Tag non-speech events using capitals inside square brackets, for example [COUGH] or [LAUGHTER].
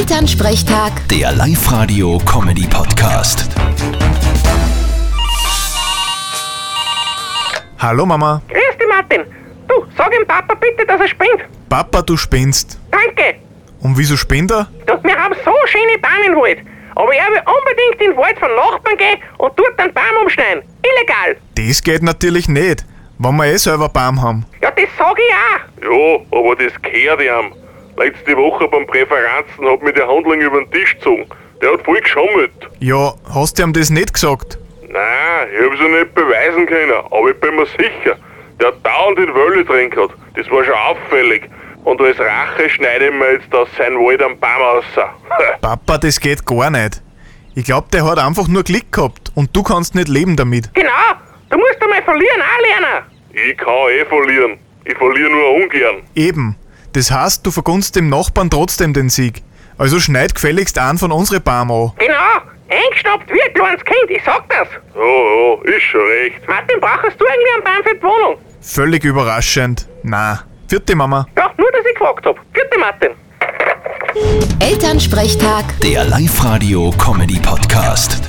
Elternsprechtag, Der Live-Radio-Comedy-Podcast. Hallo Mama. Grüß dich, Martin. Du, sag dem Papa bitte, dass er springt. Papa, du spinnst. Danke. Und wieso spinnt er? Du, wir haben so schöne Bäume im Wald. Aber er will unbedingt in den Wald von Nachbarn gehen und dort einen Baum umschneiden. Illegal. Das geht natürlich nicht, wenn wir eh selber Baum haben. Ja, das sag ich auch. Ja, aber das gehört ihm. Letzte Woche beim Präferenzen hat mir der Handling über den Tisch gezogen. Der hat voll geschummelt. Ja, hast du ihm das nicht gesagt? Nein, ich hab's ja nicht beweisen können, aber ich bin mir sicher. Der hat dauernd in Wölle drin gehabt. Das war schon auffällig. Und als Rache schneide ich mir jetzt aus seinem Wald am Baum raus. [LAUGHS] Papa, das geht gar nicht. Ich glaub, der hat einfach nur Glück gehabt und du kannst nicht leben damit. Genau. Du musst einmal verlieren auch lernen. ich kann eh verlieren. Ich verliere nur ungern. Eben. Das heißt, du vergunst dem Nachbarn trotzdem den Sieg. Also schneid gefälligst einen von unsere Baum an. Genau. Eingeschnappt wie ein kleines Kind, ich sag das. Ja, ja, ist schon recht. Martin, brauchst du irgendwie einen Baum für die Wohnung? Völlig überraschend. Na. Vierte Mama. Ja, nur, dass ich gefragt hab. Vierte Martin. Elternsprechtag. Der Live-Radio-Comedy-Podcast.